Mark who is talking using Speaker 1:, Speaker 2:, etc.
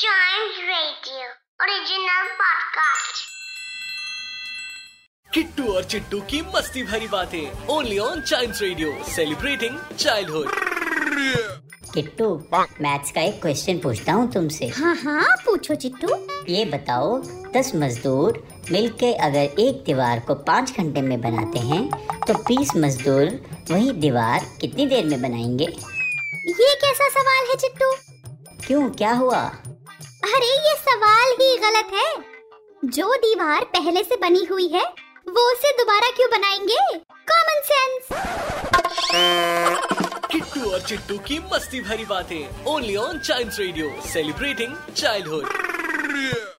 Speaker 1: Giant Radio, original podcast.
Speaker 2: Kittu और चिट्टू की मस्ती भरी बातें only on child radio celebrating childhood
Speaker 3: Kittu maths का एक क्वेश्चन पूछता हूँ तुमसे
Speaker 4: हाँ हाँ पूछो चिट्टू
Speaker 3: ये बताओ दस मजदूर मिलके अगर एक दीवार को पाँच घंटे में बनाते हैं तो बीस मजदूर वही दीवार कितनी देर में बनाएंगे
Speaker 4: ये कैसा सवाल है चिट्टू
Speaker 3: क्यों क्या हुआ
Speaker 4: अरे ये सवाल ही गलत है जो दीवार पहले से बनी हुई है वो उसे दोबारा क्यों बनाएंगे कॉमन सेंस
Speaker 2: किट्टू और चिट्टू की मस्ती भरी बातें only on child radio celebrating childhood